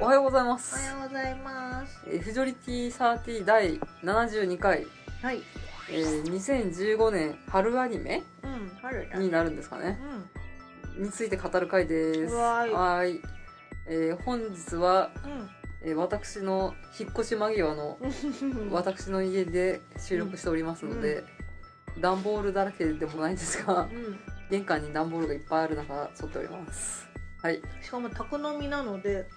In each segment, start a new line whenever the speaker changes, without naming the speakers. おはようございま
おは
す
ようございます。
えーフジョリティ30第72回、
はい。
えー2015年春アニメ
うん、春だ。う
になるんですかね
ん。
について語る回です
わーい
ーいえー本日は、
う
えー私の引っ越し間際 の
ん。
私の家で収録しておりますので、段ボールだらけでもないんですが
うん。
玄関に段ボールがいっぱいある中撮っておりますはい、
しかも宅飲みなので、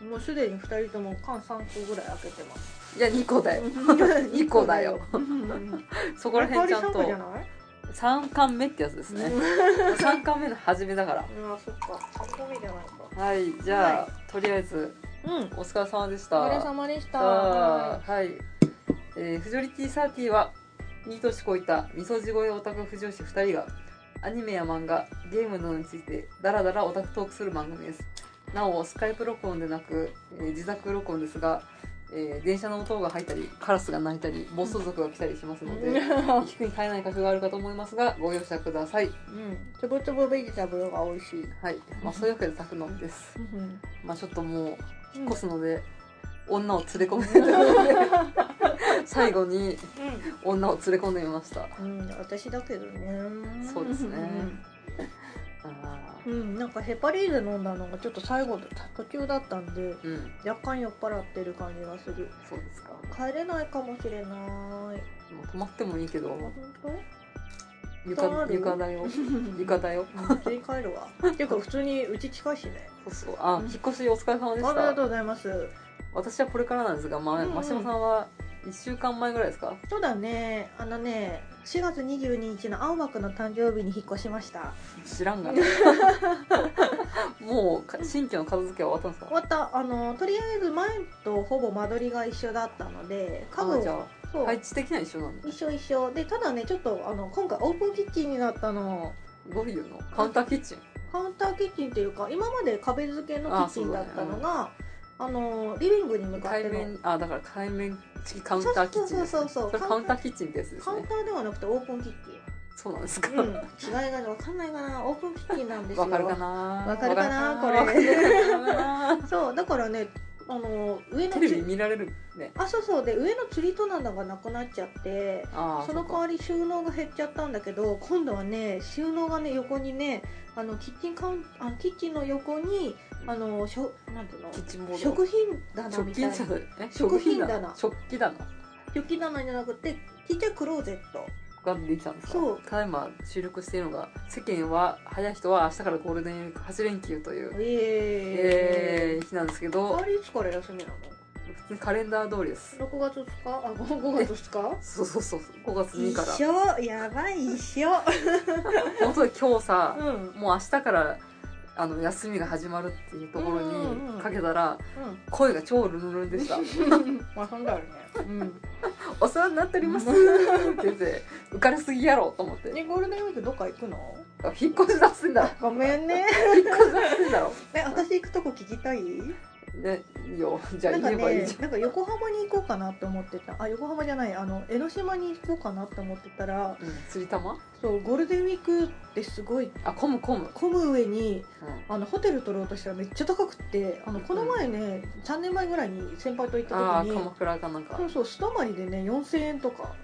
うん、
もうすでに二人とも缶三個ぐらい開けて ます。
いや2個だよ
二
個だよ
うん。
そ
こ
こら辺ちゃん
三個じゃ
と
ない？
3巻目ってやつです ね3巻目の初めだから
うん。あ、そっか。三個目じゃないか。
はいじゃあ、とりあえず
うん。
お疲れ様でし
お
た
疲れ様でした。
さあはい、えー、フジョリティサーティはいい年こいたみそじ声オタク不女子2人がアニメや漫画ゲームなどについてダラダラオタクトークする番組ですなおスカイプ録音でなく、えー自宅録音ですが、えー電車の音が入ったりカラスが鳴いたり暴走族が来たりしますの で、
うん
聞くに耐えない箇所があるかと思いますがご容赦ください
うん。つぶつぶベジタブルが美味しい。
はい、まあ、そういうわけで宅飲みです
うん。
まあちょっともう引っ越すので、女を連れ込めるので最後に女を連れ込んでみました
うん。私だけどね。
そうです
う
ね
ん
あー
うん、なんかヘパリーゼ飲んだのがちょっと最後で途中だったんで
うん
若干酔っ払ってる感じがする
そうですかも
帰れないかもしれないう
泊まってもいいけど
あ本
床
ある
床だよ床だよ
当？普通に帰る わっていうか普通にうち近いしね
そうそうあ
うん
引っ越しお疲れ様で
あ
し
りがと
た
うございます
私はこれからなんですが、まあ
うんうん
マシモさんは1週間前ぐらいですか
そうだねあのね4月22日の青幕の誕生日に引っ越しました
知ら んがなもうか新居の片付けは終わったんです
終わったあのとりあえず前とほぼ間取りが一緒だったので
か
家具
あじゃ
をそ
あ
う、
配置的には一緒なんだ
一緒一緒でただねちょっとあの今回オープンキッチンになったの
どういうのカウンターキッチン
カウンターキッチンっていうか今まで壁付けのキッチンだったのがあ、のリビングに向かって
対
の
面あだから対面式カウンターキッチンですね
そうそうそうそう
れカウンターキッチンってやつです
カウン
ね
ターではなくてオープンキッ
そうなんです
チン、う
か
ん、違いが分かんないかなオープンキッチンなんですよ
わかるかなわ
わかるかな
かるかな
そうだからねあの上の
テレビ見られるね
あそうそうで上の釣り戸棚がなくなっちゃって
ああ
その代わり収納が減っちゃったんだけど今度はね収納がね横にねあのキッチンカウンあのキッチンの横にあのしょなんていうの
キッチンボード
食品棚
食
みたい
品
な
棚え
食品棚
食器棚
食器棚じゃなくてちっちゃいクローゼット
ができたんですか
そう
ただいま収録しているのが世間は早い人は明日からゴールデンウィーク8連休というえ
ええ
ー日なんですけ
ー、あ
ど
れいつから休みなの
普通にカレンダー通りです
6月2日あご5月2
そうそうそう5月
日
2から
一緒やばい一緒
本当に今日さ
うんうん
もう明日からあの休みが始まるっていうところ
うんうん
にかけたら声が超ルンルンでした「
まあそんだよねうん
お世話になっております」って言って浮かれすぎやろと思って
ねゴールデンウィークどっか行くの
引っ越し出すんだ
ごめんね
引っ越し出すんだろ
ね私行くとこ聞きたい
ねいいよじゃ
な
あ
んか
言えばいい
ね
じゃん
なんか横浜に行こうかなって思ってたあ横浜じゃないあの江ノ島に行こうかなって思ってたら
うん釣り玉
そうゴールデンウィークってすごい
あ混む混む、
混む上に
うん
あのホテル取ろうとしたらめっちゃ高くってあのこの前ね、3年前ぐらいに先輩と行っ
あ
た
あ
時に
鎌倉かなんか
そうそう素泊まりでね4000円とか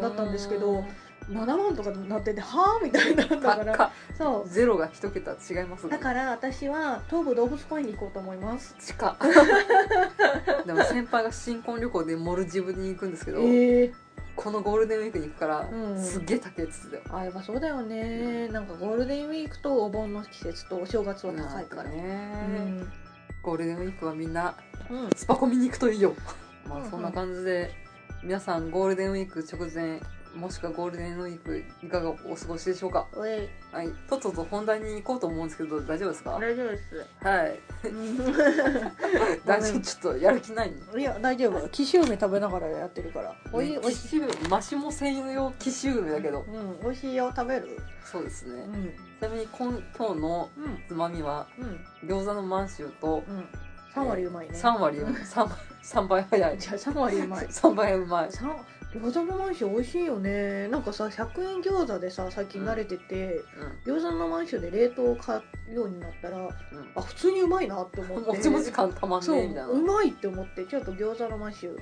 だったんですけど7万とかになっててはあみたいになったか
からか
そ
ゼロが一桁違います
う
が
だから私は東武動物公園に行こうと思います
地 下でも先輩が新婚旅行でモルジブに行くんですけど、
ええ
このゴールデンウィークに行くから、
うん
すっげえ高いっつってたよ
あやっぱそうだよね、なんかゴールデンウィークとお盆の季節とお正月は高いからね
ね
う、ん、
ゴールデンウィークはみんな
うん、
スパコミに行くといいよま
うんう
あ
ん
そんな感じで皆さんゴールデンウィーク直前もしくはゴールデンウィークいかがお過ごしでしょうか
おい
はいとっとと本題に行こうと思うんですけど大丈夫ですかはい
大丈夫です
大丈夫ちょっとやる気ないね
うん いや大丈夫紀州梅食べながらやってるからおい
ね
おい
紀州マシモ専用紀州梅だけど
うん、美味しいよ食べる。
そうですね
うん、うん、
ちなみに今今日のつまみは
うん、
餃子の満州と
うん。三割うまいね。
3割うまい 3, 3倍早 い
じゃあ三割うまい。
3倍うまい
三餃子の満州美味しいよねなんかさ100円餃子でさ最近慣れてて、餃子の満州で冷凍を買うようになったら
うん、
あ普通にうまいなって思
うん、
って
もちもち感たまん
そう
ねえみたいな
うまいって思ってちょっと餃子の満州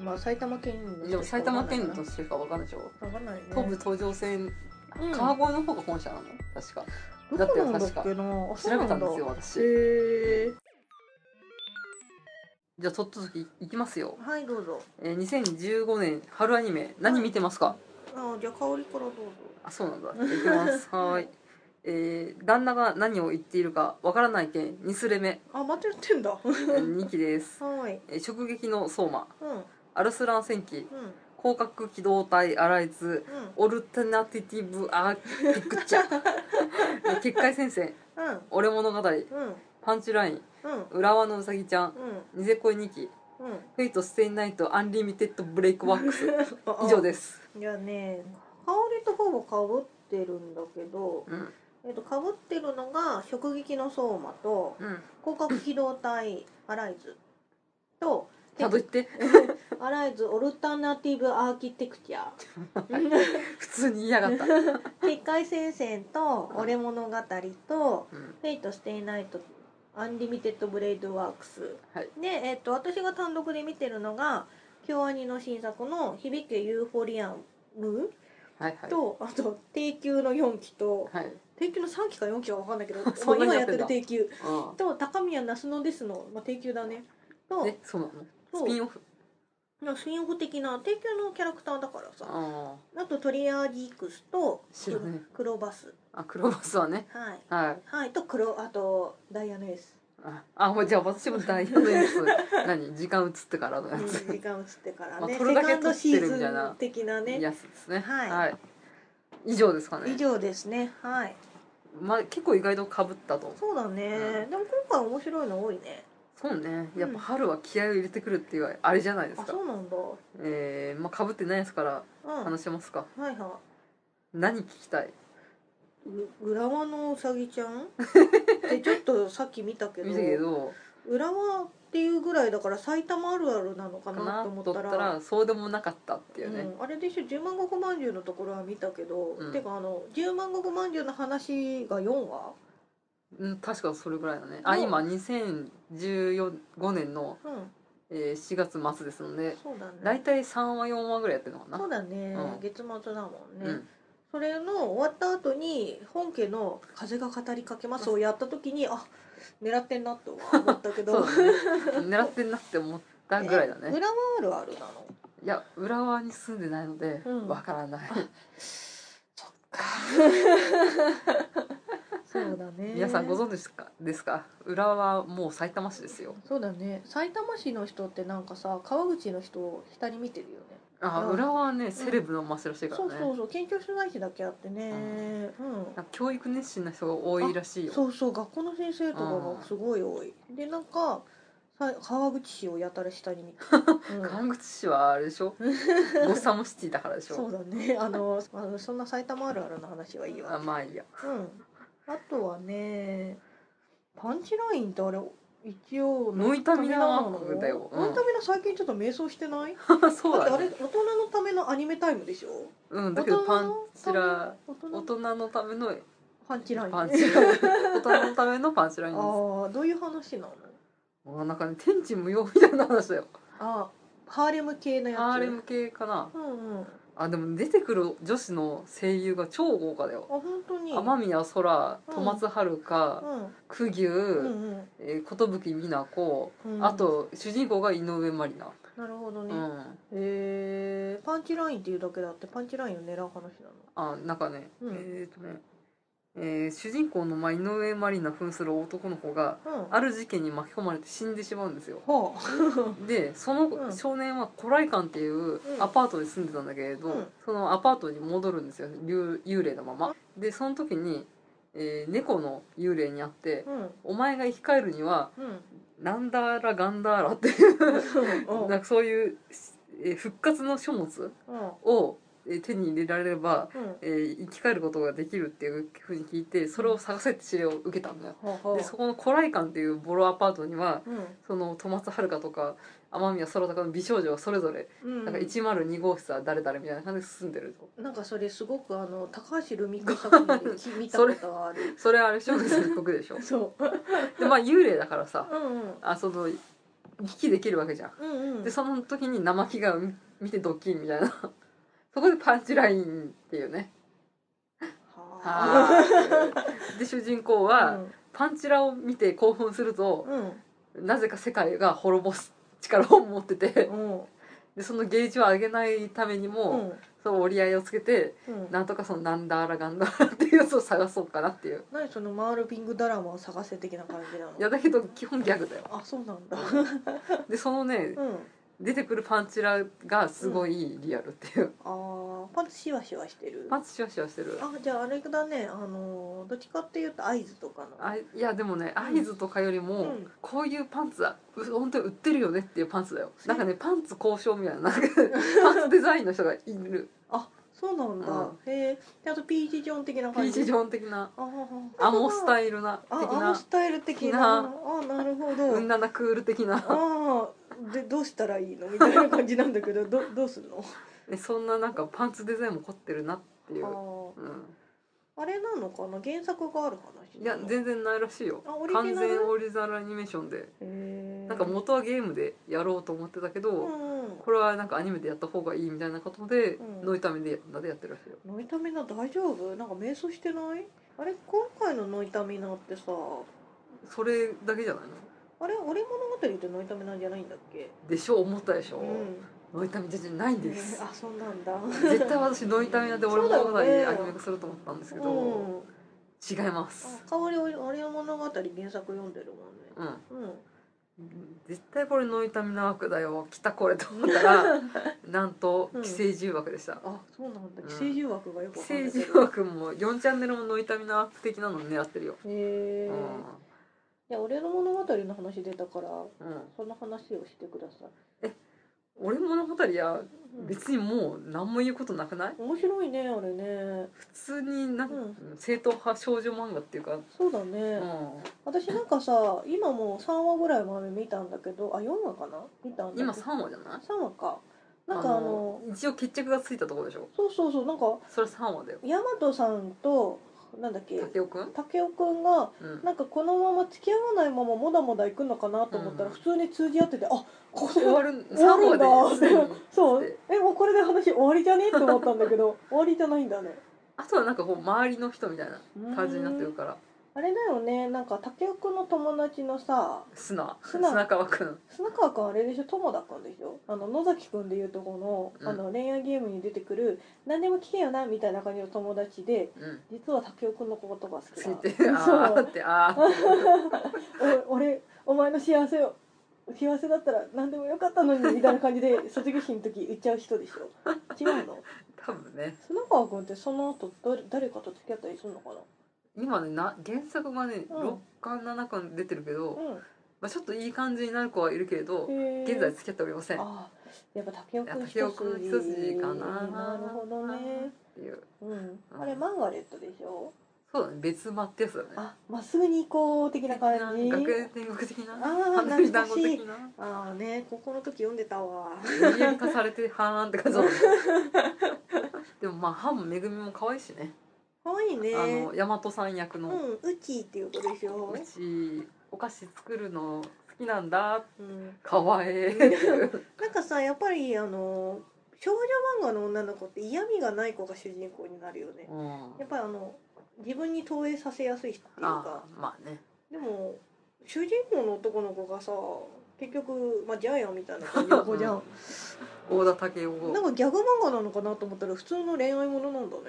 まあ埼玉県民の
で
人し
も
か
埼玉県
わか
の
んない
しかわかんないでしょ
なわかんないね
東武東上線、
うん
川越の方が本社なの確か
どこなんだっけなあそう
調
な
べ
んだ
たんですよ私
へえ
じゃあちょっとずついきますよ、
はいどうぞ
えー、2015年春アニメ何見てますか
あじゃあ香りからどうぞ
あそうなんだじゃあいきます はーいえー、旦那が何を言っているかわからない件2すれ目
あまたやってんだは
2期です、
い
えー、直撃の相馬
うんうん
アルスラン戦記広角機動隊アライズ
うん
オルタナティティブアーキテクチャえー結界戦線
うん
俺物語
うん
パンチライン
うん
浦和のうさぎちゃん
うん
ニゼコイ2期
うん
フェイトステイナイトアンリミテッドブレイクワックス 以上です、
いやね香りとほぼかぶってるんだけど、
うん
えっと、かぶってるのが「直撃の相馬」と
うん、
「広角機動隊アライズ」と
ちゃんと言って
「アライズオルタナティブアーキテクチャ」
普通に言いやがった、
「結界戦線」と「俺物語」と
うん
「フェイトステイナイトアンリミテッドブレイドワークス」
はい
で、えっと、私が単独で見てるのが京アニの新作の「響けユーフォリアム
はいは」い
と、あと「定休の4期」と「
はい、
定休の3期か4期か分かんないけど
そんなに
まあ今
や
や
っ
ってて
んだ
る定休
う
と高宮那須野ですの、まあ、定休だねと
ん、えそうなの
そう
スピンオフ
まあスピンオフ的な定休のキャラクターだからさ
あ
あとトリアーギークスと
知らない
黒バス
ーあ黒バスはね
はい
はい
はいと黒あとダイヤのエース
ああもうじゃあ私も大 変です何時間移ってからのやつ、
時間移ってから
まあ
ね、
撮るだけ
セカンドシー
撮ってるみたい
ズ
な
ン的なね
やつですね
はい
以上ですかね
以上ですねはい
まあ結構意外とかぶったと思う
そうだね、
う
でも今回面白いの多いね
そうねやっぱ春は気合を入れてくるっていうあれじゃないです
あ
か、
そうなんだ
えー、まあかぶってないですから
うんはい
話しますか、
は
何聞きたい
いう浦和のうさぎちゃ んでちょっとさっき見たけど
見たけど
浦和っていうぐらいだから埼玉あるあるなのか
か
な
な
と
と
思っ
思
た
った
ら
らそうでもなかったっていうね、
うん、あれでしょ十万石まんじゅうのところは見たけど、
うん
てかあの十万石まんじゅうの話が4話、
うん、確かそれぐらいだねあ
うん
今2014 5年の、
うん、
えー4月末ですので
そうだね
大体3話4話ぐらいやってるのかな
そうだね、
うん
月末だもんね、
うん
それの終わった後に本家の「風が語りかけます」をやった時にあ狙ってんなとは思ったけ
そう
ど
だね狙ってんなって思ったぐらいだ
え
ね
裏はあるあるなの
いや浦和に住んでないので
うん
わからない、
そうだね
皆さんご存知ですかですか浦和はもう埼玉市ですよ
そうだね埼玉市の人ってなんかさ川口の人を下に見てるよね
あ
うん
浦和はねセレブの街らしいから
そ
ね、
うそうそう県庁所在地だけあってねうん
なんか教育熱心な人が多いらしいよ
そうそう学校の先生とかがすごい多いでなんかさ川口市をやたら下に見てる、う ん
川口市はあれで しょゴッサムシティだからでし
そ
ょ
うだね あのあのそんな埼玉あるあるの話はいい
あ
わ
まあいいや
うんあとはねパンチラインってあれ一応
ノイタミナワークだようん
ノイタミナ最近ちょっと迷走してない、
そう
だって
だ
あれ
ね
大人のためのアニメタイムでしょ
うんだけどパンチラ
大人
大
の
人のための
パンチライン
パンチライン大人のためのパンチラインです
ああどういう話なの
あなんかね天地無用みたいな話 だよ
あーハーレム系のやつ
ハーレム系かな
うんうんあ
あでも出てくる女子の声優が超豪華だよ
本当に
天宮空戸松遥香
う
久牛
んうんうん
えー寿美奈子
うん
あと主人公が井上まりな
なるほど
う
ね、
ん
へえパンチラインっていうだけだってパンチラインを狙う話なの
あなんかね
うん
えっとねえー主人公のまあ井上まりな扮する男の子が
うん
ある事件に巻き込まれて死んでしまうんですよ
はあ
でそ
うん
の少年は古来館っていうアパートに住んでたんだけれど、
うん
そのアパートに戻るんですよ幽幽霊のままでその時に、えー猫の幽霊に会って
うん
「お前が生き返るには
うん
なんだらガンダーラ」っていう
うん
なんかそういう、えー復活の書物をえー手に入れられれば、
うん
えー生き返ることができるっていうふうに聞いてそれを探せって指令を受けたんだよ。
ほうほう
でそこの古来館っていうボロアパートには
う
その戸松遥とか天宮空高の美少女がそれぞれ、
ん
なんか102号室は誰々みたいな感じで進んでると
なんかそれすごくあの高橋留美子作品でき見たことがあ る
それは あれ小説の一国でしょ
そう
でまあ幽霊だからさ
うんうん
あその行き来できるわけじゃん
うんうん
でその時に生着が見てドッキリみたいな そこでパンチラインっていうね
は
はーで主人公
あ
はパンチラを見て興奮すると
うん
なぜか世界が滅ぼす力を持ってて
うん
でそのゲージを上げないために
う
も、
ん
その折り合いをつけて
うん
なんとかそのなんだあらがんだあらっていうやつを探そうかなっていう
何そのマールピングドラマを探せ的な感じなの
いやだけど基本ギャグだよ
あそうなんだ
でそのね
うん
出てくるパンチラがすごいリアルっていう
あーパンツシワシワしてる
パンチシュワシュワしてる
あじゃああれだねあのーどっちかっていうと合図とかの
あいやでもね合図とかよりも、
うん
こういうパンツはう本当に売ってるよねっていうパンツだよなんかねパンツ交渉みたい ななんかパンツデザインの人がいる
そうなんだへえであとピーチジョン的な
ピ
感
ー
じ
チジョン的な
あー
アモスタ
イ
イルな的
あアモ
な
スタイル的なあなるほど
うんななクール的な
ああでどうしたらいいのみ たいな感じなんだけどどどうすんの
ねそんななんかパンツデザインも凝ってるなっていう、
あ
う
ーあれなのかな原作がある話
ん、いや全然ないらしいよ
あオリジナ
完
ル
全オリジナルアニメーションで
然
なんか元はゲームでやろうと思ってたけど、
うんうん
これはなんかアニメでやった方がいいみたいなことで、
うん
ノイタメでなんでやってるらしいよ
ノイタミナ大丈夫なんか迷走してないあれ今回のノイタミナってさ
それだけじゃないの
あれ俺物語ってノイタミナじゃないんだっけ
でしょ思ったでしょ、
うん
ノイタメじゃないん
ね
で す、
あそうなんだ
絶対私ノイタメなんて
そ
俺も
うだよ
物語
ね
でアニメ化すると思ったんですけど、
うん
違います
あかおり俺の物語原作読んでるもんね
うん
うん
絶対これノイタミナ枠だよ来たこれと思っ たらなんと
うん
寄生獣枠でした、
あそうなんだ
うん
寄生誘惑がよく
寄
わかん
生
ないけ
獣
ど
枠も4チャンネルもノイタミナ枠的なの狙ってるよ、
へえい
う
や俺の物語の話出たから
んうん、
その話をしてください、
俺物語は
うん
別にもう何も言うことなくない
面白いねあれね
普通になんか
うん
正統派少女漫画っていうか、
そうだ
う
ね、
ん、
私なんかさ今もう3話ぐらい前見たんだけどあ4話かな見たんだけど
今3話じゃない
3話かなんかあの
一応決着がついたところでしょ
そうそうそうなんか
それ3話だよ
大和さんとなんだっけ
竹雄くん、
武雄くんが
うん、
なんかこのまま付き合わないままもだもだ行くのかなと思ったら
うん
普通に通じ合ってて、あこれ
終 わる
終わるんだ
3話ですでに
そうえもうこれで話終わりじゃねって思ったんだけ ど終わりじゃないんだね
あとはなんかこう周りの人みたいな感じになってるから
あれだよねなんか竹雄くんの友達のさ
砂
砂
砂川くん
砂川くんあれでしょ友田くんでしょあの野崎くんでいうとこ
うん
の,、あの恋愛ゲームに出てくる何でも聞けよなみたいな感じの友達で
うん
実は竹雄くんのことが好き
つ
だ
い てあーってあー
お俺お前の幸せを幸せだったら何でもよかったのにみたいな感じ で卒業式の時言っちゃう人でしょ違うの
多分ね
砂川くんってその後誰誰かと付き合ったりするのかな
今ねな原作がね
うん
6巻7巻出てるけど、
う
まあ、ちょっといい感じになる子はいるけれど
んへー
現在付き合っておりませんっ
ああやっぱ竹雄くん
いや竹雄君一筋かな
なるほどね
ていう
うんあれマンガレットでしょ
そうだね別間ってやつだね
あまっすぐに行こう的な感じ
学園天国的な
あー
花火団
懐
子
かし
的
い
な
ああね高校の時読んでたわ
無理やり足されてはーんって感じだ もんねでもまあハンもめぐみも可愛いしね、
可愛いね
あの大和さん役
う
の
んうちっていう子でし
「
ょ
うちお菓子作るの好きなんだ
うん
かわえ」っていう
なんかさやっぱりあの少女漫画の女の子って嫌味がない子が主人公になるよね
うん
やっぱりあの自分に投影させやすいっていうか
あーまあね
でも主人公の男の子がさ結局、まあ、ジャイアンみたいな感じの子じ ゃん
大田武雄
なん
を、
かギャグ漫画なのかなと思ったら普通の恋愛ものなんだね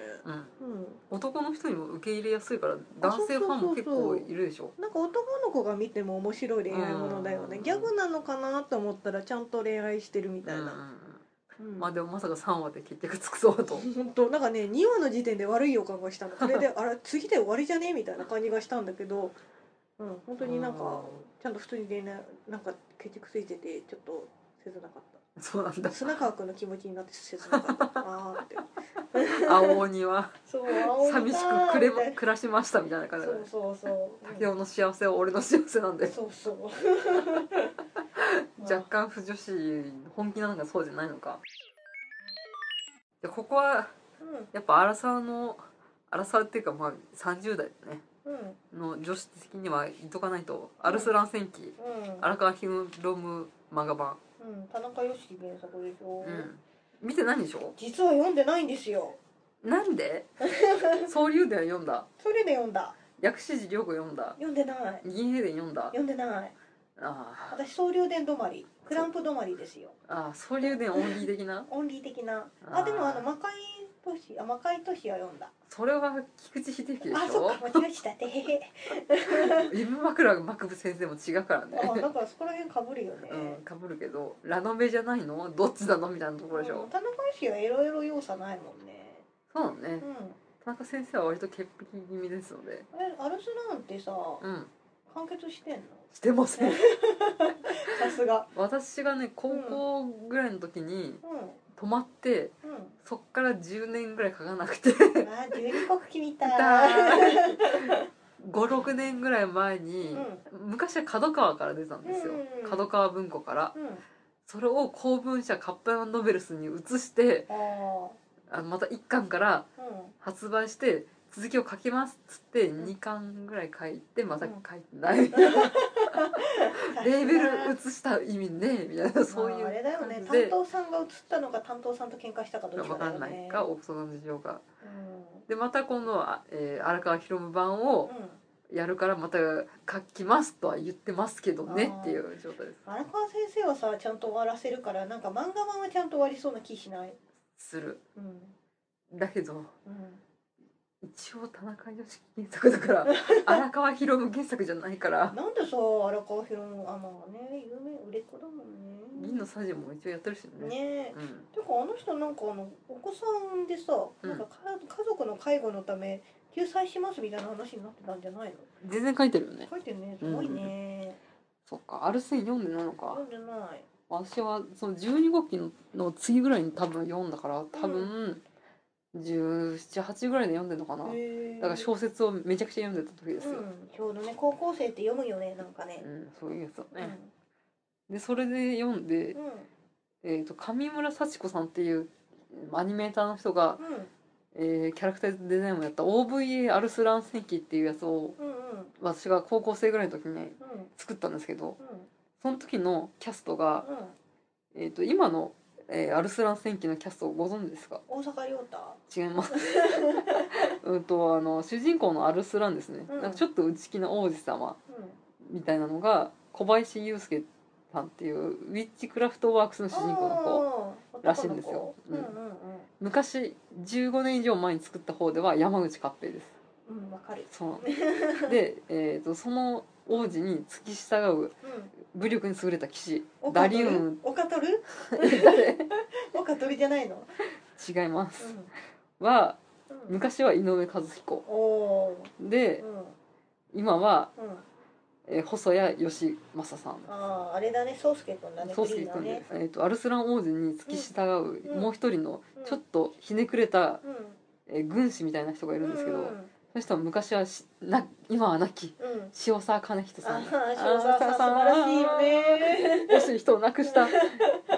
うん、
うん
男の人にも受け入れやすいから男性ファンも結構いるでしょ
なんか男の子が見ても面白い恋愛ものだよね
うん
ギャグなのかなと思ったらちゃんと恋愛してるみたい
うん
な、
うんうん
うん
まあでもまさか3話で結局つくそうと
本当なんかね2話の時点で悪い予感が したのこれであら次で終わりじゃねみたいな感じがしたんだけど、うん、本当になん
う
かちゃんと普通に恋愛なんか決着ついててちょっと切なかっ
そうなんだ
砂川君の気持ちになって切なかったあーって
青鬼は
そう
寂しくくれま
みたいな
暮らしましたみたいな感じ
そ
で
うそうそう
竹雄の幸せは俺の幸せなんで
そうそう
若干不女子本気なのかそうじゃないのかでここはやっぱアラサーのアラサーっていうかまあ30代だね
うんうん
の女子的には言っとかないと「アルスラン戦記」荒川博文漫画版
うん、うん、田中良樹原作でしょ、
うん見てないでしょ
実は読んでないんですよ
なん で総流伝は読んだ
それで読んだ
薬師寺涼子読んだ
読んでない
銀英伝読んだ
読んでない
あ
私総領伝止まりクランプ止まりですよ
ーあー総流伝オンリー的な
オンリー的なあ
あー
でもあの魔界都市あ魔界都市は読んだ
それは菊池秀樹でし
あそ
ょ
っか間違えちゃったへへへ
夢枕幕部先生も違うからね
あなんかそこら辺かぶるよね、
うんかぶるけどラノベじゃないのどっちなのみたいなところでしょ、
うん田中良樹はいろいろ要素ないもんね
そうだ
う
ね
ん
田中先生は割と潔癖気味ですので
あれアルスランってさ
うん
完結してんの
してません
さすが
私がね高校ぐらいの時に
う
泊まって
んうん
そっから10年ぐらい書かなくて
あー十二国旗みたい
56年ぐらい前
う
に
ん、
昔は角川から出たんですよ
うん
角川文庫から
うん
それを公文社カップノベルスに移して
あー
あのまた1巻から
うん
発売して続きを書きますっつって
ん
2巻ぐらい書いてまた
う
書い
ん
てない、
さすが
レーベル移した意味ねみたいなそういう
まああれだよね
感
担
じで
当さんが映ったのか担当さんと喧嘩したかどっち
分
かだ
か
よね
んないか大きさの事情が
うん
でまた今度は、えー荒川博夢版を
うん
やるからまた書きますとは言ってますけどねっていう状態で
荒川先生はさちゃんと終わらせるからなんか漫画版はちゃんと終わりそうな気しない
すする
うん
だけ
う
ど
ん
一応田中良樹原作 だから荒川博夢原作じゃないから
なんでさ荒川博もあまあね有名売れっ子だもんね
銀のサジも一応やってるしね
ねえ
うん
てかあの人なんかあのお子さんでさ
うん
なんかか家族の介護のため救済しますみたいな話になってたんじゃないの
全然書いてるよね
書いてるねすごいね、
そっかアルセン読んでないのか
読んでない
私はその12号機のの次ぐらいに多分読んだから多分1718ぐらいで読んでんのかなだ
へえ
から小説をめちゃくちゃ読んでた時ですよ、
うん、ちょうどね高校生って読むよねなんかね
う、んそういうやつだね、でそれで読ん
う
で
ん、うん
えー、と上村幸子さんっていうアニメーターの人が、えーキャラクターデザインをやった OVA アルスラン戦記っていうやつを
うんうん
私が高校生ぐらいの時に
うんうん
作ったんですけど
うん
その時のキャストが、
うん
えー、と今の、えーアルスラン戦記のキャストをご存知ですか
大阪亮太
違います うんとあの主人公のアルスランですね、
うん
なんかちょっと内気な王子様
う
みたいなのが小林雄介さんっていうウィッチクラフトワークスの主人公の子
の子
らしいんですよ
うんうん
昔15年以上前に作った方では山口勝平です
うんうんわかる
そう で、えー、とその王子に付き従う
うん
武力に優れた騎士ダリウム
オカト ル
誰
オカトルじゃないの
違います、
う
は
んうん
昔は井上和彦
おおー
で
うん
今は、
うん
えー細谷義正さん
あああれだね宗介くんだね
そうすけ
フ
く
リーだ
んで
ね
す、えー、とアルスラン王子に付き従う、
うん
もう一人の
うん
ちょっとひねくれた、
うん
えー軍師みたいな人がいるんですけど、
うん
その人は昔はしな今は亡き
うん
塩沢兼人さ
あ
ん
あ塩沢さん素晴らしいよね
惜しい人を亡 くした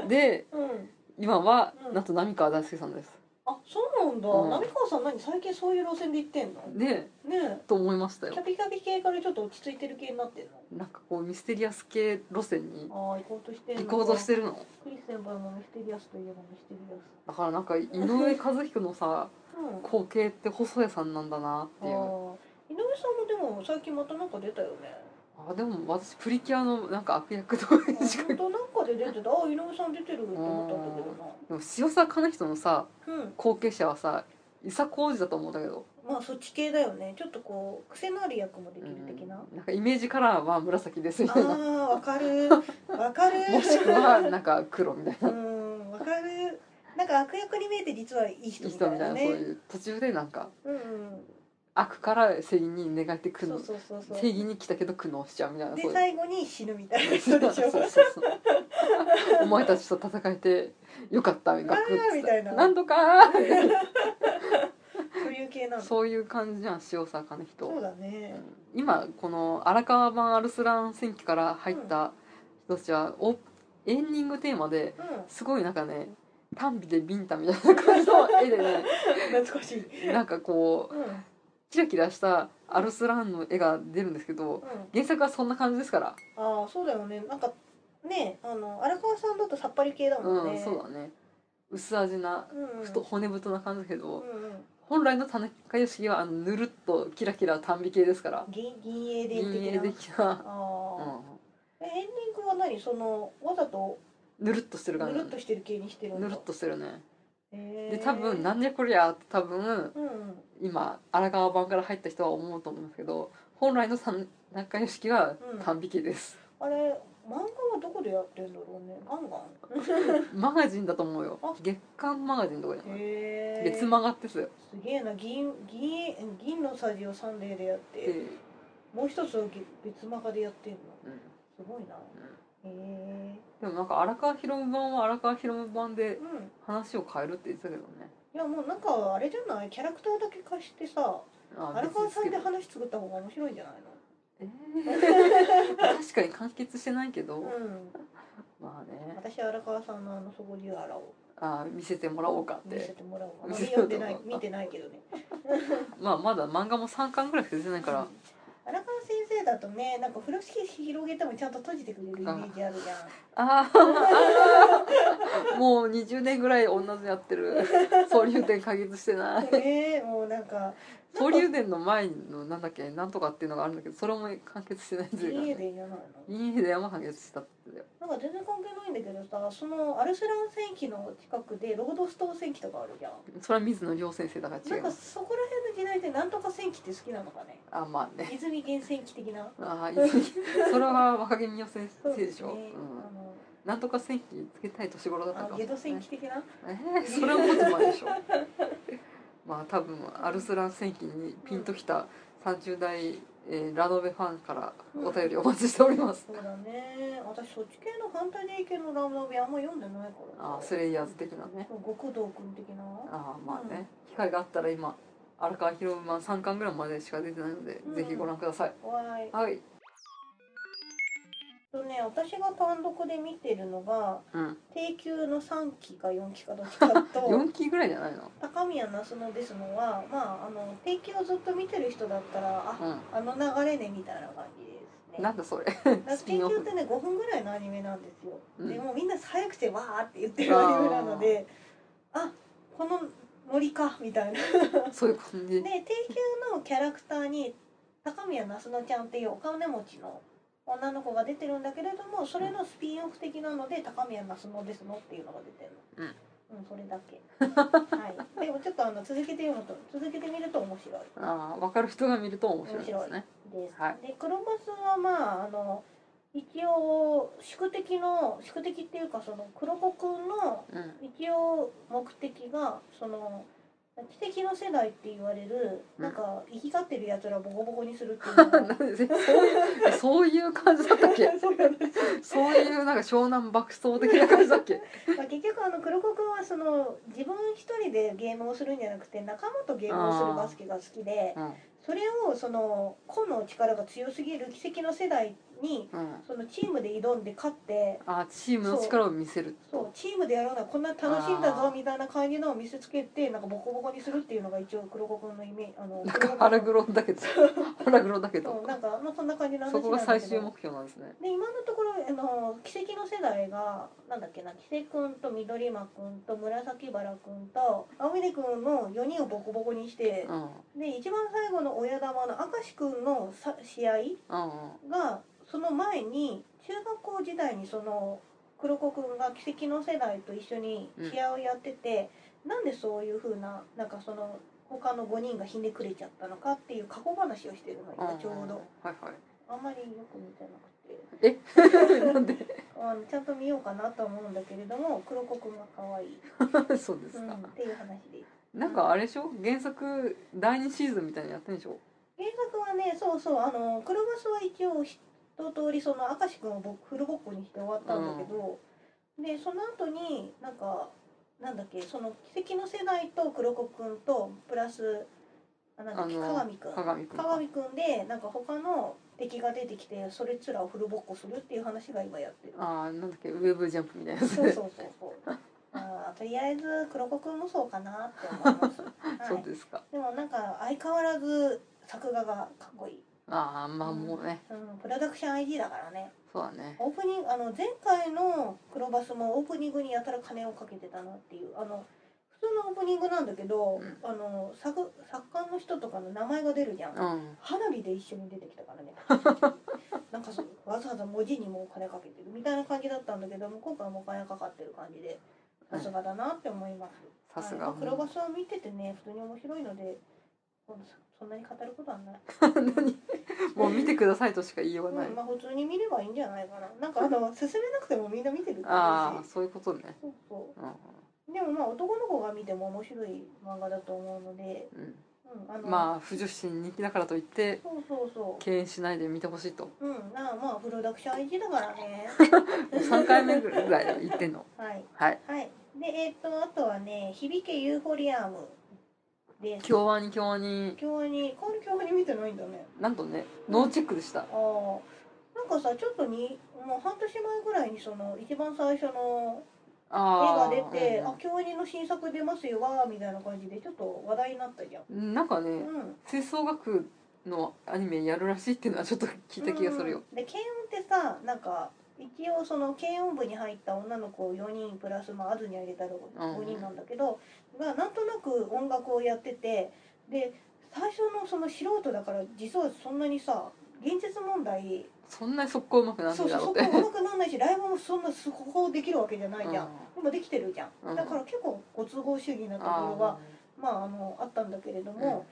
で
うん
今は、
うん
なんと浪川大輔さんです
あそうなんだ、
うん
浪川さん何最近そういう路線で行ってんのね
ね
え
と思いました
キャ
よ
ピキャピ系からちょっと落ち着いてる系になってんの
なんかこうミステリアス系路線に
ああ行こうとしてん
行
の
こうとしてるの
クリス先輩もミステリアスといえばミステリアス
だからなんか井上和彦のさ
うん
光景って細谷さんなんだなっていう
あー井上さんもでも最近またなんか出たよ ね
あでも私プリキュアのなんか悪役とか
あ
にしか
本当なんかで出てたあ井上さん出てるって思ったんだけ
でも塩沢兼人のさ
どなうん
後継者はさ伊佐浩二だと思うんだけど、
まあそっち系だよねちょっとこう癖のある役もでき
う
る
ん
的な、
なんかイメージカラーは紫ですみ
あ
たいな
ーわかるわかる
もしくはなんか黒みたいな
うんわかるなんか悪役に見えて実はいい人
人
み
みた
たい
いな
な
そ
ね
ういう途中でなんか
うんうん
悪から正義に願って苦
そう
悩
そうそうそう
正義に来たけど苦悩しちゃうみたいな
で
そう
最後に死ぬみたいな
そ
人
う
でし
そ
ょ
うそうそうお前たちと戦えてよかったガクッ
あーみたいな
なんとか
そういう系なのそう
そういう感じじゃん塩坂の人
だね
今この荒川版アルスラン戦記から入った人たちはおエンディングテーマで
う
すごいなんかね短美でビンタみたいな感じの絵でね
ん懐かしい
なんかこう
うんうん
キラキラしたアルスランの絵が出るんですけど原作はそんな感じですから
ああそうだよねなんかねあの荒川さんだとさっぱり系だもん
う
ね
んそうだね薄味な
うんうん
太骨太な感じだけ
うん
ど
うん
本来の田中良樹はあのぬるっとキラキラ短美系ですから
銀銀英伝
陰影
的な
的な、う
ああ、
ん、
えエンディングは何そのわざと
ぬるっとしてる感
ぬ
じ
るっとしてる系にしてるんだ
ぬるっとしてるね
へえ
で多分なんでこりゃって多分
うんうん
今荒川版から入った人は思うと思うんですけど本来の田中良樹は
うん
短美系です、
あれ漫画はどこでやってんだろうねガンガ
マガジンだと思うよ
あ
月刊マガジンとかじゃ
ン
ない
へえ
月マガってすよ
すげえな銀銀銀のサジをサンデーでやって、
で、
もう一つをげ別マガでやってんの
うんうん
すごいなへえ
でもなんか荒川博文版は荒川博文版で
うん
話を変えるって言ってたけどね
いやもうなんかあれじゃないキャラクターだけ貸してさ
あ
荒川さんで
別に
話作った方が面白いんじゃない
え ー確かに完結してないけど、
のうん
まあね
私は荒川さんのあのそこにあらを
あー見せてもらおうかっ
見せ
て
てもらおうか
見
な
せてもらお
読
う
で
んか
ない 見てないけどね
まあまだ漫画も3巻ぐらいしか出てないから
荒川先生だとねなんか風呂敷広げてもちゃんと閉じてくれるイメージあるじゃん
あーあーもう20年ぐらい同じやってる総流伝解決してない
ねえもうなんか
総流伝の前のなんだっけなんとかっていうのがあるんだけどそれも完結してないというか、
家
ね、
でいらないの
インフレも完結したって言って
なんか全然関係ないんだけどさそのアルスラン戦記の近くでロードストー戦記とかあるじゃん
たよそれは水野亮先生だから
なん
違い
か
ます
そこら辺の時代でなんとか戦記って好きなのか ね
あまあね
泉源戦記的な
ああいいそれは若気美代先
そう
生でしょう、
ね
ん、なんとか戦記つけたい年頃だっ
あ
た
の
の
あの
かも
ゲド
しれな
戦記
い
的な
えー それはもっと前でしょまあ多分アルスラン戦記にピンときた30代、えーラノベファンからお便りお待ちしております、
そうだね私そっち系のファンタジー系のラブノベあんま読んでないから
あースレイヤーズ的なね
そう極道くん的な
あーまあね、機会があったら今荒川博文3巻ぐらいまでしか出てないので、
うん
ぜひご覧ください
わーい
はい、
とね私が単独で見てるのが
うん、
低級の3期か4期かどっちかと
4期ぐらいじゃないの
高宮那須野ですのはまああの低級をずっと見てる人だったらあ
う
あの流れねみたいな感じです
ん
ね
なんだそれ
だ
スピ
低
ン
級
オ
っ
フ
てね5分ぐらいのアニメなんですよ、
うん
でもうみんな早くてわーって言ってるアニメなのであこのノリかみたいな
そういう感じ、
で低級のキャラクターに高宮那須野ちゃんっていうお金持ちの女の子が出てるんだけれどもそれのスピンオフ的なので高宮那須野ですのっていうのが出てるのうん、それだ けはいでもちょっとあの続けて読むと続けてみると面白い
ああ分かる人が見ると面白いですね
です、
はい
で黒バスはまああの一応宿敵の宿敵っていうかその黒子くんの
うん
一応目的がその奇跡の世代って言われる、
うん
なんか生きがってるやつらボコボコにするっていうのが
なんでそういうそういう感じだったっけ
そうなんです
そういうなんか湘南爆走的な感じだっけ
まあ結局あの黒子くんはその自分一人でゲームをするんじゃなくて仲間とゲームをするバスケが好きで
うん
それをその個の力が強すぎる奇跡の世代に
うん
そのチームで挑んで勝って
あチームの力を見せる
そうチームでやるのはこんな楽しいんだ
あー
ぞみたいな感じのを見せつけてなんかボコボコにするっていうのが一応黒子くんのイメージあの
な
黒
んか
子くんの
腹黒だけど腹黒だけ
そう
ど
なんかまあそんな感じの話
そこが
なんだ
最
けど
終目標なんですね
で今のところあの奇跡の世代がなんだっけな奇跡くんと緑間くんと紫原くんと青峰くんの4人をボコボコにして
う、んうん
で一番最後の親玉の明石くんのさ試合
うん
がその前に中学校時代にその黒子くんが奇跡の世代と一緒に試合をやってて、なんでそういう風ななんかその他の5人がひねくれちゃったのかっていう過去話をしてるの今ちょうど。
はい
あんまりよく見てなくて
はい なんで
あのちゃんと見ようかなとは思うんだけれども黒子くんが可愛い、
そうです
うん、
か
っていう話です
なんかあれでしょ原作第2シーズンみたいなのやってんでしょ
原作はねそうそうあの黒バスは一応一通りその明石君をぼフルボッコにして終わったんだけど、でその後になんかなんだっけその奇跡の世代と黒子君とプラスあなんだっけ
あの
鏡君
鏡くんか
鏡君でなんか他の敵が出てきてそれつらをフルボッコするっていう話が今やってる。
あーなんだっけウェブジャンプみたいなやつ
そうそうそう そう。あーとりあえず黒子くんもそうかなって思います。は
そう
い、
ですか
でもなんか相変わらず作画がかっこいい。
ああまあもうね
うん、プロダクション ID だからね。
そうだね
オープニングあの前回の黒バスもオープニングにやたら金をかけてたなっていうあの普通のオープニングなんだけど、
うん
あの作作家の人とかの名前が出るじゃん。
うん
花火で一緒に出てきたからね なんかそうわざわざ文字にもお金かけてるみたいな感じだったんだけども今回はもうお金かかってる感じでさすがだなって思います、
さす
は
が
い黒バスを見ててね普通に面白いのでそそんなに語ることはない、
何もう見てくださいとしか言いようがない
うんまあ普通に見ればいいんじゃないかななんかあの進めなくてもみんな見てるから
ああそういうことね
そうそ
うん
うでもまあ男の子が見ても面白い漫画だと思うので、
うん
うん、あの
まあ腐女子に人気だからといって
そうそうそう
敬遠しないで見てほしいと
うん、なあまあプロダクション IG だから ね
3回目ぐらい言ってんの
はい
はい
はい。で、えっ、と、あとはね、響けユーフォリアムです。
京アニ京アニ
今日に、この今日に見てないんだね。
なんとねノーチェックでした
ああ。なんかさ、ちょっとに、もう半年前ぐらいに、その、一番最初の絵
あ
が
あ
出て、あ、京アニの新作出ますよ、わー、みたいな感じで、ちょっと話題になったじゃん。
うんなんか
う
ね
ん。
吹奏楽のアニメやるらしいっていうのはちょっと聞いた気がするよ
うん。で、軽音ってさ、なんか、一応その軽音部に入った女の子4人プラス、まあ、アズに入れたら5人なんだけど、がなんとなく音楽をやっててで最初のその素人だから実はそんなにさ現実問題
そんなに速攻うまくなん
そ
で
うそ
だ
う
ろう
そ
っ
こ
て
うまくなんないしライブもそんなそこできるわけじゃないじゃん、
うん
でもできてるじゃん、
うん
だから結構ご都合主義なところ
あ
はまああのあったんだけれども、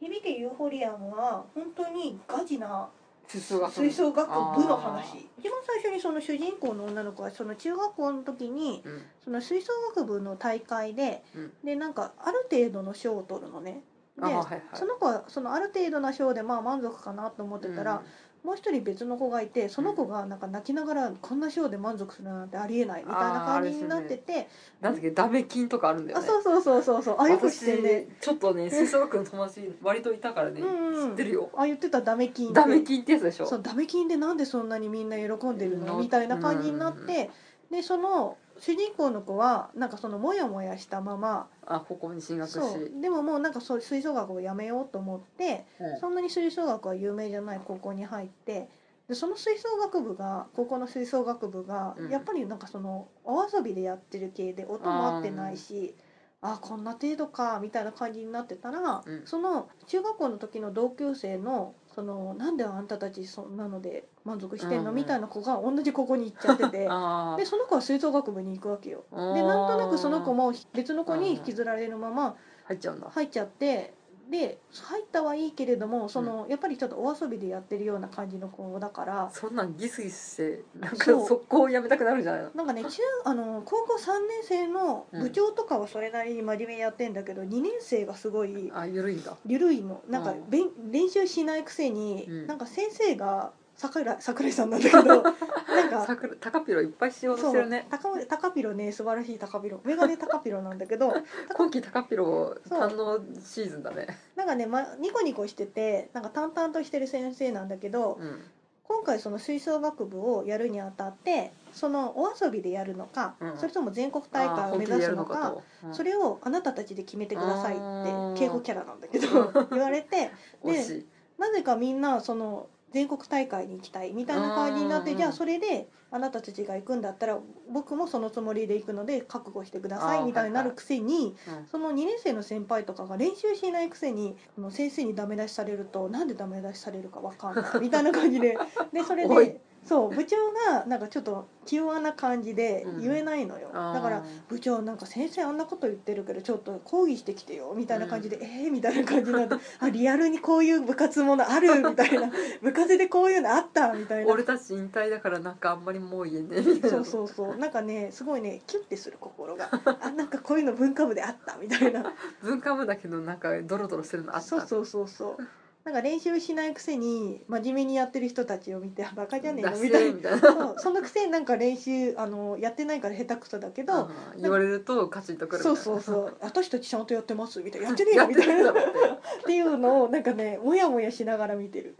響けユーフォリアムは本当にガチな
ー吹奏楽
吹奏楽部の
あ
話一番最初にその主人公の女の子はその中学校の時に
ーうん
その吹奏楽部の大会で、
うん
でなんかある程度の賞を取るのねで
あーはいはい
その子はそのある程度の賞でまあ満足かなと思ってたら、もう一人別の子がいてその子がなんか泣きながらこんな賞で満足するなんてありえないみたいな感じになってて
なんだっけダメ金とかあるんだ
あ,、
よね
そうそうそうそうそうあよく知ってるね
私ちょっとね吹奏楽の友達割といたからね、
うんうん
知ってるよ
あ言ってたダメ金って
ダメ金ってやつでしょ
そうダメ金でなんでそんなにみんな喜んでるの
うん
みたいな感じになっ
うん
てでその主人公の子はなんかそのモヤモヤしたまま
あ高校に進学し
そうでももうなんかそう吹奏楽をやめようと思って
うん
そんなに吹奏楽は有名じゃない高校に入ってでその吹奏楽部が高校の吹奏楽部が、
うん
やっぱりなんかそのお遊びでやってる系で音も合ってないしあこんな程度かみたいな感じになってたら、
うん
その中学校の時の同級生のそのなんであんたたちそんなので満足してんの、
うん
みたいな子が同じ高校に行っちゃってて
あ
でその子は吹奏楽部に行くわけよ。
で
でなんとなくその子
も
も別の子に引きずられるまま、
入っちゃうんだ
入っちゃってで入ったはいいけれどもその、やっぱりちょっとお遊びでやってるような感じの子だから
そんなんギスギスしてなんか
そう
速攻やめたくなるんじゃないの
なんかね中あの高校3年生の部長とかはそれなりに真面目にやってんだけど2年生がすごい
あ緩いんだ
緩いのなんか
うん
べん、練習しないくせに、
うん
なんか先生が桜井桜井さんなんだ けどなんか
さく高ピロいっぱいしようと
そ
してる
う
ね
高高ピロね素晴らしい高ピロメガネ高ピロなんだけど
今季高ピロ
そう
堪能シーズンだね
なんかね、ま、ニコニコしててなんか淡々としてる先生なんだけど、
うん
今回その吹奏楽部をやるにあたってそのお遊びでやるのか、
うん
それとも全国大会を目指すのか
あー本気でやるのかと、うん
それをあなたたちで決めてくださいっ
あー
て敬語キャラなんだけど 言われて
惜しい
なぜかみんなその全国大会に行きたいみたいな感じになっ
う
て
ん
じゃあそれであなたたちが行くんだったら僕もそのつもりで行くので覚悟してくださ
あ
い
ー
みたいになるくせに
うん
その2年生の先輩とかが練習しないくせにあ の先生にダメ出しされるとなんでダメ出しされるかわかんないみたいな感じででそれ
おい
でそう部長がなんかちょっと気弱な感じで
うん
言えないのよ、
あー
だから部長なんか先生あんなこと言ってるけどちょっと抗議してきてよみたいな感じで、えーみたいな感じになってあリアルにこういう部活ものあるみたいな部活でこういうのあったみたいな
俺たち引退だからなんかあんまりもう言えねえみたいな
そうそうそうなんかねすごいねキュッてする心があなんかこういうの文化部であったみたいな
文化部だけどなんかドロドロしてるのあった
そうそうそうそう なんか練習しないくせに真面目にやってる人たちを見てあバカじゃねえ
だ
の
せ
みたい
ー
な
みたい な
そうそのくせになんか練習あのやってないから下手くそだけど、
うん言われるとカチンとくるみた
そ
いうな
そうそう私たちちゃんとやってますみたいなやってねえ
や
よ
っ
み
て
たい
る
な
だ
っ
ろって
ていうのをなんかねモヤモヤしながら見てる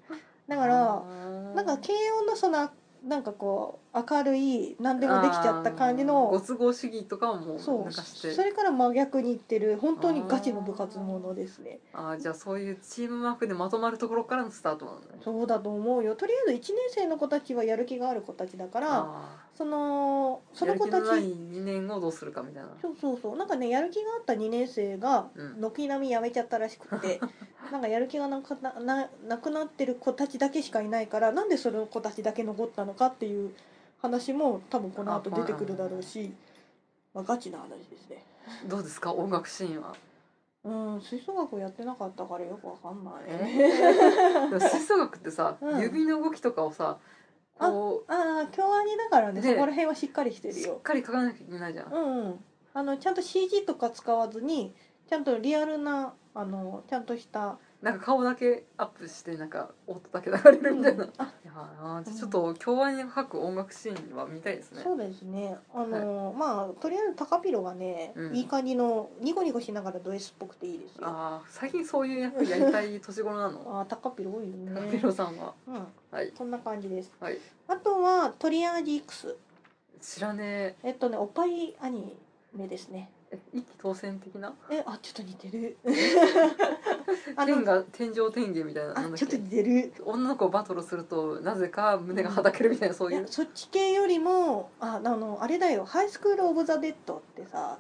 だからなんか軽音のそのなんかこう明るい何でもできちゃった感じ
あーご
の
都合主義とかも
そ
なん
う
かして
それから真逆にいってる本当にガチの部活ものですね
あーじゃあそういうチームワークでまとまるところからのスタートなんだね
そうだと思うよとりあえず1年生の子たちはやる気がある子たちだから
あ
その
ー
その子たち
やる気のない2年後どうするかみたいな
そうそうそうなんかねやる気があった2年生が
うん
軒並みやめちゃったらしく てなんかやる気がなくなななくなってる子たちだけしかいないからなんでその子たちだけ残ったのかっていう話も多分この後出てくるだろうし、まあ、ガチな話ですね
どうですか音楽シー ンは
うん吹奏楽やってなかったからよくわかんない、
でも吹奏楽ってさ、
うん
指の動きとかをさこ
ああ京アニだからね
ね
そこら辺はしっかりして
う
る
し
よ
っかり書かなきゃいけないじゃん、
うんうんあのちゃんと CG とか使わずにちゃんとリアルなあのちゃんとした
なんか顔だけアップしてなんか音だけ流れるみたいな、
う
い
んあ
やーじゃあちょっと京アニが書く音楽シーンは見たいですね
そうですね。あの、まあとりあえず高ピロがね、
うん
いい感じのニコニコしながらド S っぽくていいですよ。あ
ああ最近そういう役やりたい年頃なの
あ、高ピロ多いよ
高
ね。
弘さんは
うん、
はい
こんな感じです。
はい
あとはトリアージ X。
知らね
えっとね、おっぱいアニメですね。
ええ一気当選的な
え、あ、ちょっと似てる。 あ
天
の、
が天井天下みたいなな
あ
ん、だ
ち
っ
ょっと
け
似てる。
女の子をバトルするとなぜか胸がはだけるみたいなそう
い
い
や
う
そっち系よりもああのあれだよ「ハイスクール・オブ・ザ・デッド」ってさ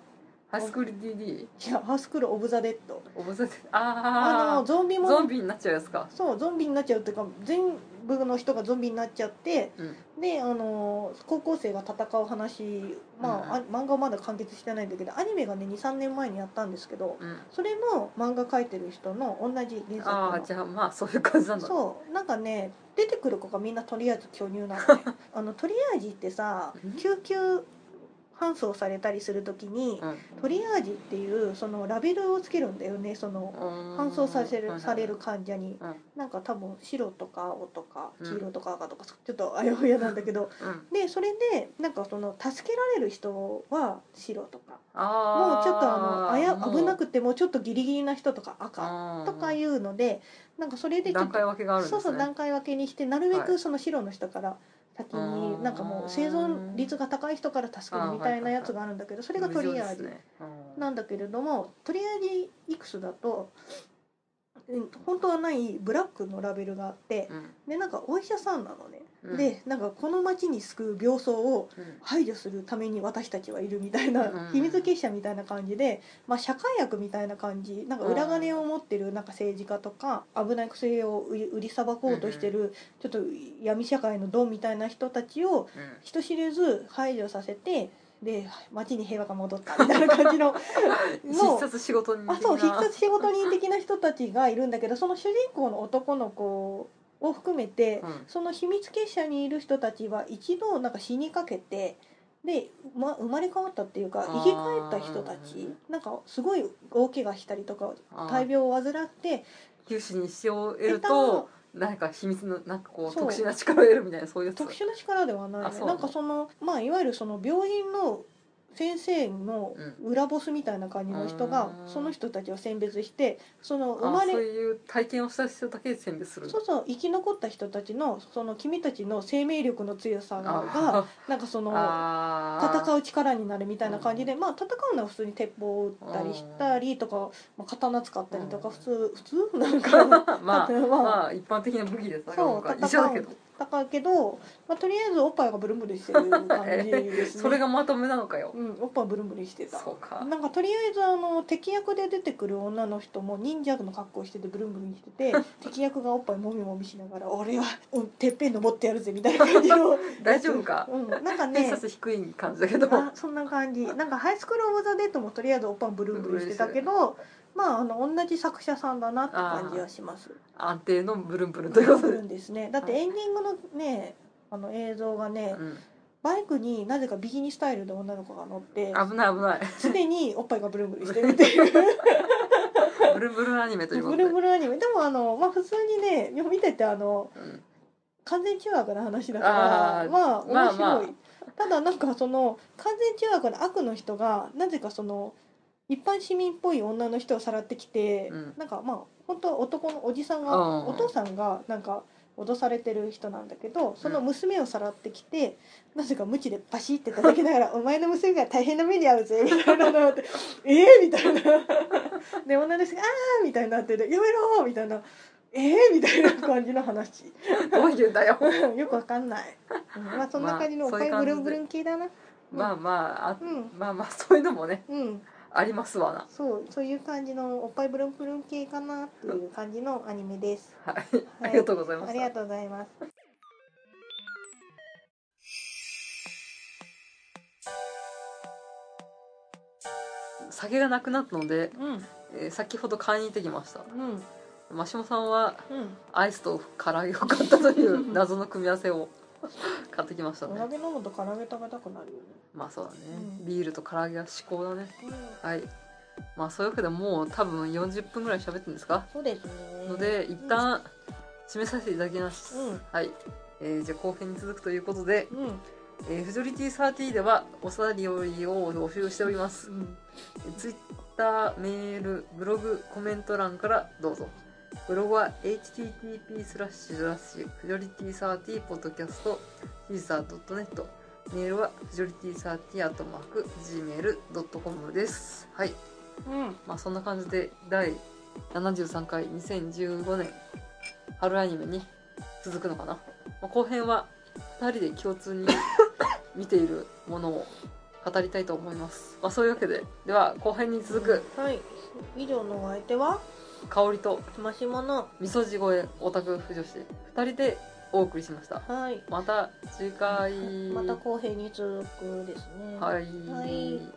ハイスクール DD
違う「ハイスクール・オブ・ザ・デッド
おぼせて」
あ
あ
のゾンビ
あ
も
ゾンビになっちゃうやつか
そうゾンビになっちゃうっていうか全部の人がゾンビになっちゃって
うん
であのー高校生が戦う話、まああ漫画はまだ完結してないんだけどアニメがね23年前にやったんですけど
うん
それも漫画描いてる人の同じ原
ああ
作
じゃあまあそういう感じなん
の
だ
そうなんかね出てくる子がみんなとりあえず巨乳な のねあのとりあえずってさ
うん
救急搬送されたりする時に
うん
トリアージっていうそのラベルをつけるんだよねその搬送させるされる患者に、
うん
なんか多分白とか青とか
うん
黄色とか赤とか、ちょっとあやふやなんだけど
うん
でそれでなんかその助けられる人は白とかも
あ
うちょっとあのあや危なく
く
てもうちょっとギリギリな人とか赤とかいうのでなんかそれでちょっ
段
と
階分けがあるんです
そ
ね
うそう段階分けにしてなるべ
は
くその白の人から先
あ
に
ー
なんかもう生存率が高い人から助けるみたいなやつがあるんだけどそれがトリアージ
無常ですねうん
なんだけれどもとりあえずいくつだとうん本当はないブラックのラベルがあって
うん
でなんかお医者さんなのね、
うん
でなんかこの町に救う病巣を
うん
排除するために私たちはいるみたい
うん
な秘密結社みたいな感じで、まあ、社会悪みたいな感じなんか裏金を持ってるなんか政治家とか危ない薬を売り売りさばこうとしてるちょっと闇社会のドンみたいな人たちを
うん
人知れず排除させてで町に平和が戻ったみたいな感じ の
必殺仕事人
あ
的
そう必
な
殺仕事人的な人たちがいるんだけどその主人公の男の子を含めて、
うん
その秘密結社にいる人たちは一度なんか死にかけてで、ま、生まれ変わったっていうか
あー
生き返った人たちなんかすごい大怪我したりとか
あー
大病を患って
九死に一生を得る
得た
となんか秘密のなんかこう
そう
特殊な力を得るみたいなそういうやつ
特殊な力ではない
あ
ね
そうな
な
の
んかそのまあいわゆるその病院の先生の裏ボスみたいな感じの人が
うん
その人たちを選別してその
あ
生まれ
そういう体験をした人だけで選別する
そうそう生き残った人たちのその君たちの生命力の強さが
あ
なんかその
あ
戦
う
う力になるみたいな感じで、まあ戦うのは普通に鉄砲を打ったりしたりとか、まあ、刀使ったりとか
うん
普通普通なんか
まあ
例えば
まあ一般的な武器で戦うのか
そう
一緒だけど
高いけど、まあ、とりあえずおっぱいがブルンブルンしてる感じですね
それがまとめなのかよ
うん、おっぱいブルンブルンしてた
そうか
なんかとりあえずあの敵役で出てくる女の人も忍者の格好をしててブルンブルンしてて 敵役がおっぱいもみもみしながら「俺は、うん、てっぺん登ってやるぜ」みたいな感じの
大丈夫か
うん、なんか
偏
ね
差値低い感じだけど
あそんな感じなんか「ハイスクール・オブ・ザ・デッド」もとりあえずおっぱいブルンブルンしてたけどまああの同じ作者さんだなって感じはします
安定のブルンブルンと
ブ
いう
ル
こ
ン
と
ブ
で
ルンですねだってエンディングのねあの映像がね
うん
バイクになぜかビキニスタイルで女の子が乗って
危ない危ない
すでにおっぱいがブルンブルンしてるっていう。
ブルンブルンアニ メというこ
ブ
とで
ルブルアニメでもあのまあ普通にね見ててあの
うん
完全中悪な話だか
あ
ら
ー
まあ面白い、
まあまあ
ただなんかその完全中悪な悪の人がなぜかその一般市民っぽい女の人をさらってきて、
うん
なんかまあ本当は男のおじさんが、
うん
お父さんがなんか脅されてる人なんだけどその娘をさらってきて、なぜか無知でパシって叩きなが ら「お前の娘が大変な目に遭うぜ」みたいなのがあって「ええみたいな。で女の人が「ああ」みたいになってる「やめろ」みたいな「ええみたいな感じの話。
どういうんだよ
よくわかんない。うんまあそんな感じのおっ
まあ
ぱい
そういう感
ブ
じで
ルンブルン系だな。
まあまああ
うん
まあまあそういうのもね
うん、
ありますわな
そうそういう感じのおっぱいブルンブルン系かなっていう感じのアニメです。
はい
は
ありがとうございま
あ
し
り
た
がとうございます。
酒がなくなったので
うんうん
えー先ほど買いに行ってきました
うん
マシモさんは
うん。
アイスと唐揚げを買った という謎の組み合わせを買ってきました
唐
ね
揚げ飲むと唐揚げ食べたくなるよね。
まあそうだね、
うん
ビールと唐揚げは至高だね
うん、
はいまあそういうわけでもう多分40分ぐらい喋ってるんですか
そうですね。
ので一旦締めさせていただきます、
うん
はい、えーじゃあ後編に続くということで
うんうん
「えーフジョリティ30」ではおさりよりを募集しております
うん
ツイッター、メール、ブログ、コメント欄からどうぞ。ブログは http スラッシュスラッシュフジョリティサーティポッドキャストシーサー .net メールはフジョリティサーティアットマーク gmail.com です。はい。
うん
まあそんな感じで第73回2015年春アニメに続くのかな。まあ、後編は2人で共通 に見ているものを語りたいと思います。まあそういうわけで、では後編に続く
はい。以上のお相手は
香りと
マシモの
味噌地声オタク婦女子2人でお送りしました。
はい。
また次回。
また後編に続くですね。
はい。
はい